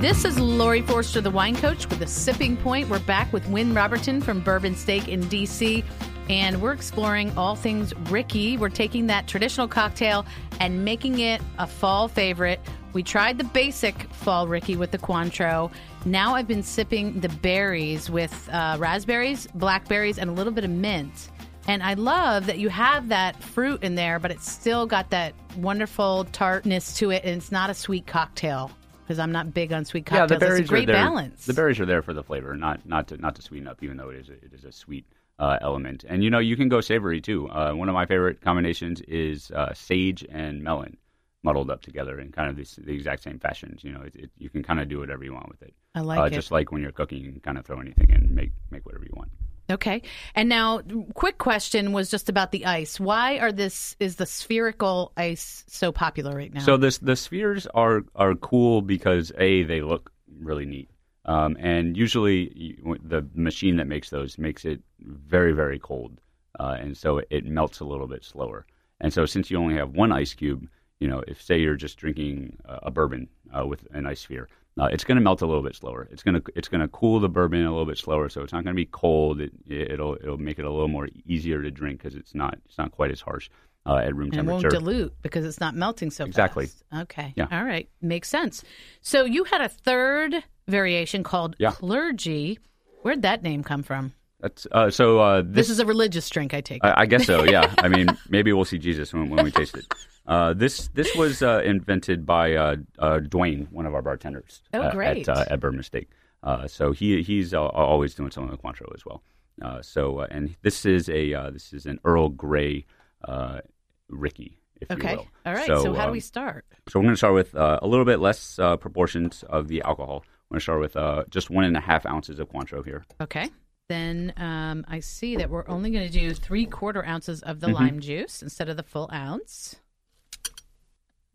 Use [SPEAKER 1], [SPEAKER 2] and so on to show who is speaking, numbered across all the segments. [SPEAKER 1] This is Lori Forster, the wine coach, with a sipping point. We're back with Wynn Robertson from Bourbon Steak in DC, and we're exploring all things Ricky. We're taking that traditional cocktail and making it a fall favorite. We tried the basic fall Ricky with the Cointreau. Now I've been sipping the berries with uh, raspberries, blackberries, and a little bit of mint. And I love that you have that fruit in there, but it's still got that wonderful tartness to it, and it's not a sweet cocktail because I'm not big on sweet cocktails.
[SPEAKER 2] Yeah, the berries
[SPEAKER 1] it's a great
[SPEAKER 2] are there.
[SPEAKER 1] balance.
[SPEAKER 2] The berries are there for the flavor, not not to not to sweeten up, even though it is a, it is a sweet uh, element. And you know, you can go savory too. Uh, one of my favorite combinations is uh, sage and melon muddled up together in kind of this, the exact same fashions. You know, it, it, you can kind of do whatever you want with it.
[SPEAKER 1] I like
[SPEAKER 2] uh,
[SPEAKER 1] it.
[SPEAKER 2] Just like when you're cooking, you can kind of throw anything in, and make make whatever you want.
[SPEAKER 1] okay. And now, quick question was just about the ice. Why are this is the spherical ice so popular right now?
[SPEAKER 2] So this the spheres are are cool because a they look really neat, um, and usually you, the machine that makes those makes it very very cold, uh, and so it melts a little bit slower. And so since you only have one ice cube, you know if say you're just drinking uh, a bourbon uh, with an ice sphere. Uh, it's going to melt a little bit slower. It's going to it's going to cool the bourbon a little bit slower, so it's not going to be cold. It, it'll it'll make it a little more easier to drink because it's not it's not quite as harsh uh, at room
[SPEAKER 1] and it won't
[SPEAKER 2] temperature.
[SPEAKER 1] dilute because it's not melting so
[SPEAKER 2] Exactly.
[SPEAKER 1] fast. Okay.
[SPEAKER 2] Yeah.
[SPEAKER 1] All right. Makes sense. So you had a third variation called
[SPEAKER 2] Yeah.
[SPEAKER 1] clergy. Where'd that name come from?
[SPEAKER 2] That's uh, so. Uh,
[SPEAKER 1] This,
[SPEAKER 2] this, Uh,
[SPEAKER 1] is a religious drink, I take. it.
[SPEAKER 2] I, I guess so. Yeah. I mean, maybe we'll see Jesus when, when we taste it. Uh, this this was uh, invented by uh, uh, Dwayne, one of our bartenders.
[SPEAKER 1] Oh,
[SPEAKER 2] uh,
[SPEAKER 1] great.
[SPEAKER 2] At, uh, at Bourbon Steak. Uh, so he he's uh, always doing something with Cointreau as well. Uh, so uh, and this is a uh, this is an Earl Grey uh, Ricky, if
[SPEAKER 1] okay.
[SPEAKER 2] you will.
[SPEAKER 1] All right. So, how do
[SPEAKER 2] um,
[SPEAKER 1] we start?
[SPEAKER 2] so we're going to start with uh, a little bit less uh, proportions of the alcohol. We're going to start with uh, just one and a half ounces of Cointreau here.
[SPEAKER 1] Okay. Then um, I see that we're only going to do three quarter ounces of the lime juice instead of the full ounce.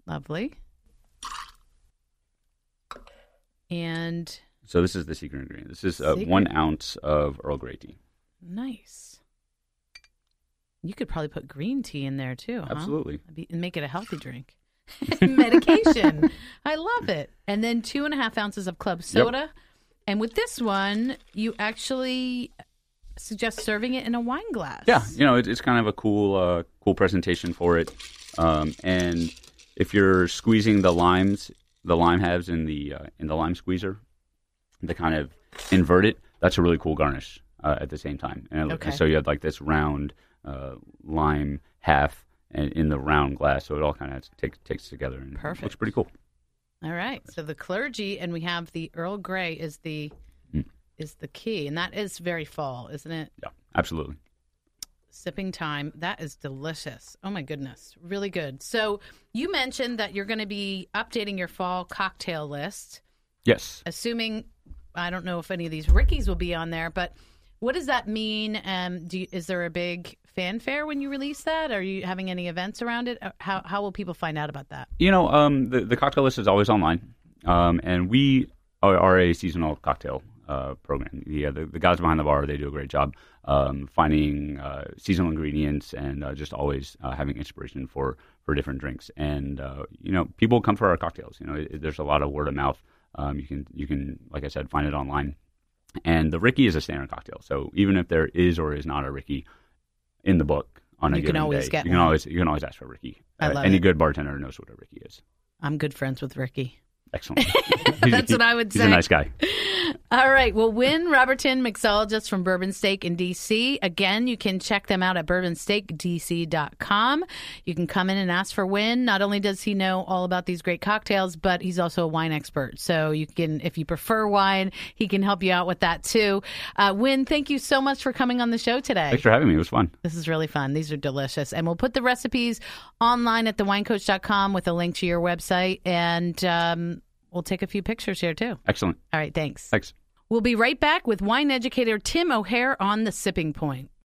[SPEAKER 1] Lovely. And
[SPEAKER 2] So this is the secret ingredient. This is uh,
[SPEAKER 1] Secret.
[SPEAKER 2] one ounce of Earl Grey tea.
[SPEAKER 1] nice. You could probably put green tea in there too. Huh?
[SPEAKER 2] Absolutely.
[SPEAKER 1] That'd be- And make it a healthy drink. Medication. I love it. And then two and a half ounces of club soda. And with this one, you actually suggest serving it in a wine glass.
[SPEAKER 2] Yeah, you know it, it's kind of a cool, uh, cool presentation for it. Um, and if you're squeezing the limes, the lime halves in the uh, in the lime squeezer, to kind of invert it, that's a really cool garnish uh, at the same time. And, it-
[SPEAKER 1] Okay.
[SPEAKER 2] so you had like this round uh, lime half and in the round glass, so it all kind of takes takes together and
[SPEAKER 1] Perfect.
[SPEAKER 2] looks pretty cool.
[SPEAKER 1] All right. So the clergy, and we have the Earl Grey is the is the key, and that is very fall, isn't it?
[SPEAKER 2] Yeah, absolutely.
[SPEAKER 1] Sipping time. That is delicious. Oh my goodness, really good. So you mentioned that you're going to be updating your fall cocktail list,
[SPEAKER 2] Yes.
[SPEAKER 1] assuming I don't know if any of these Rickies will be on there, but what does that mean? Um, do you, is there a big fanfare when you release that? Are you having any events around it? Uh, How how will people find out about that?
[SPEAKER 2] You know, um, the, the cocktail list is always online, um, and we are, are a seasonal cocktail uh, program. The, uh, the the guys behind the bar they do a great job um, finding uh, seasonal ingredients and uh, just always uh, having inspiration for for different drinks. And uh, you know, people come for our cocktails. You know, it, there's a lot of word of mouth. Um, you can you can like I said, find it online. And the Ricky is a standard cocktail, so even if there is or is not a Ricky in the book on a
[SPEAKER 1] You can
[SPEAKER 2] given
[SPEAKER 1] always
[SPEAKER 2] day,
[SPEAKER 1] get
[SPEAKER 2] you can
[SPEAKER 1] one.
[SPEAKER 2] always you can always ask for a Ricky. Uh,
[SPEAKER 1] I love
[SPEAKER 2] any
[SPEAKER 1] it.
[SPEAKER 2] good bartender knows what a Ricky is.
[SPEAKER 1] I'm good friends with Ricky.
[SPEAKER 2] Excellent.
[SPEAKER 1] That's what I would
[SPEAKER 2] He's
[SPEAKER 1] say.
[SPEAKER 2] a nice guy.
[SPEAKER 1] All right. Well, Win Robertson mixologist from Bourbon Steak in DC. Again, you can check them out at bourbonsteakdc.com. You can come in and ask for Win. Not only does he know all about these great cocktails, but he's also a wine expert. So you can, if you prefer wine, he can help you out with that too. Uh, Win, thank you so much for coming on the show today.
[SPEAKER 2] Thanks for having me. It was fun.
[SPEAKER 1] This is really fun. These are delicious. And we'll put the recipes online at thewinecoach.com with a link to your website. And um, we'll take a few pictures here too.
[SPEAKER 2] Excellent.
[SPEAKER 1] All right. Thanks.
[SPEAKER 2] Thanks.
[SPEAKER 1] We'll be right back with wine educator Tim O'Hare on the sipping point.